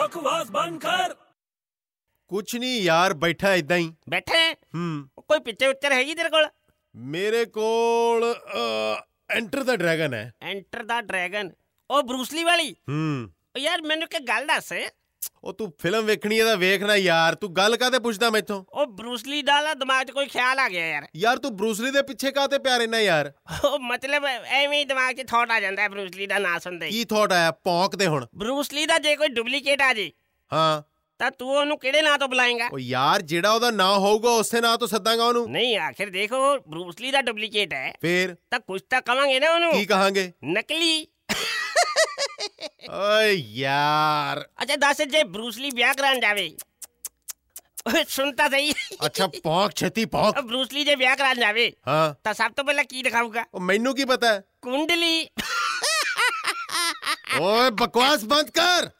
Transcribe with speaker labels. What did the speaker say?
Speaker 1: बकवास बंद कर
Speaker 2: ਕੁਛ ਨਹੀਂ ਯਾਰ ਬੈਠਾ ਇਦਾਂ ਹੀ
Speaker 3: ਬੈਠਾ ਹੈ?
Speaker 2: ਹੂੰ
Speaker 3: ਕੋਈ ਪਿੱਚਰ ਉੱਚਰ ਹੈਗੀ ਤੇਰੇ ਕੋਲ
Speaker 2: ਮੇਰੇ ਕੋਲ ਐਂਟਰ ਦਾ ਡਰੈਗਨ ਹੈ
Speaker 3: ਐਂਟਰ ਦਾ ਡਰੈਗਨ ਉਹ ਬਰੂਸਲੀ ਵਾਲੀ
Speaker 2: ਹੂੰ
Speaker 3: ਉਹ ਯਾਰ ਮੈਨੂੰ ਕਿ ਗੱਲ ਦੱਸ
Speaker 2: ਉਹ ਤੂੰ ਫਿਲਮ ਵੇਖਣੀ ਹੈ ਤਾਂ ਵੇਖਣਾ ਯਾਰ ਤੂੰ ਗੱਲ ਕਾਤੇ ਪੁੱਛਦਾ ਮੈਥੋਂ
Speaker 3: ਉਹ ਬਰੂਸਲੀ ਦਾ ਨਾ ਦਿਮਾਗ 'ਚ ਕੋਈ ਖਿਆਲ ਆ ਗਿਆ ਯਾਰ
Speaker 2: ਯਾਰ ਤੂੰ ਬਰੂਸਲੀ ਦੇ ਪਿੱਛੇ ਕਾਤੇ ਪਿਆ ਰਹਿਣਾ ਯਾਰ
Speaker 3: ਉਹ ਮਤਲਬ ਐਵੇਂ ਹੀ ਦਿਮਾਗ 'ਚ ਥੌਟ ਆ ਜਾਂਦਾ ਹੈ ਬਰੂਸਲੀ ਦਾ ਨਾਂ ਸੁਣਦੇ ਹੀ।
Speaker 2: ਕੀ ਥਾਟ ਆਇਆ ਭੌਂਕ ਤੇ ਹੁਣ
Speaker 3: ਬਰੂਸਲੀ ਦਾ ਜੇ ਕੋਈ ਡੁਪਲੀਕੇਟ ਆ ਜੇ
Speaker 2: ਹਾਂ
Speaker 3: ਤਾਂ ਤੂੰ ਉਹਨੂੰ ਕਿਹੜੇ ਨਾਂ ਤੋਂ ਬੁਲਾਏਗਾ
Speaker 2: ਉਹ ਯਾਰ ਜਿਹੜਾ ਉਹਦਾ ਨਾਂ ਹੋਊਗਾ ਉਸੇ ਨਾਂ ਤੋਂ ਸੱਦਾਂਗਾ ਉਹਨੂੰ
Speaker 3: ਨਹੀਂ ਆਖਿਰ ਦੇਖੋ ਬਰੂਸਲੀ ਦਾ ਡੁਪਲੀਕੇਟ ਹੈ
Speaker 2: ਫੇਰ
Speaker 3: ਤਾਂ ਕੁਝ ਤਾਂ ਕਵਾਂਗੇ ਨਾ
Speaker 2: ਕੀ
Speaker 3: ਉਹਨੂੰ
Speaker 2: ਕਹਾਂਗੇ
Speaker 3: ਨਕਲੀ
Speaker 2: ਓਏ ਯਾਰ
Speaker 3: ਅੱਛਾ ਦੱਸ ਜੇ ਬਰੂਸਲੀ ਵਿਆਹ ਕਰਾਉਣ ਜਾਵੇ ਓਏ ਸੁਣ ਤਾਂ ਸਹੀ
Speaker 2: ਅੱਛਾ ਭੌਂਕ ਛੇਤੀ ਭੌਂਕ
Speaker 3: ਬਰੂਸਲੀ ਜੇ ਵਿਆਹ ਕਰਾਉਣ ਜਾਵੇ
Speaker 2: ਹਾਂ
Speaker 3: ਤਾਂ ਸਭ ਤੋਂ ਪਹਿਲਾਂ ਕੀ ਦਿਖਾਊਗਾ
Speaker 2: ਉਹ ਮੈਨੂੰ ਕੀ ਪਤਾ ਹੈ
Speaker 3: ਕੁੰਡਲੀ
Speaker 2: ਓਏ ਬਕਵਾਸ ਬੰਦ ਕਰ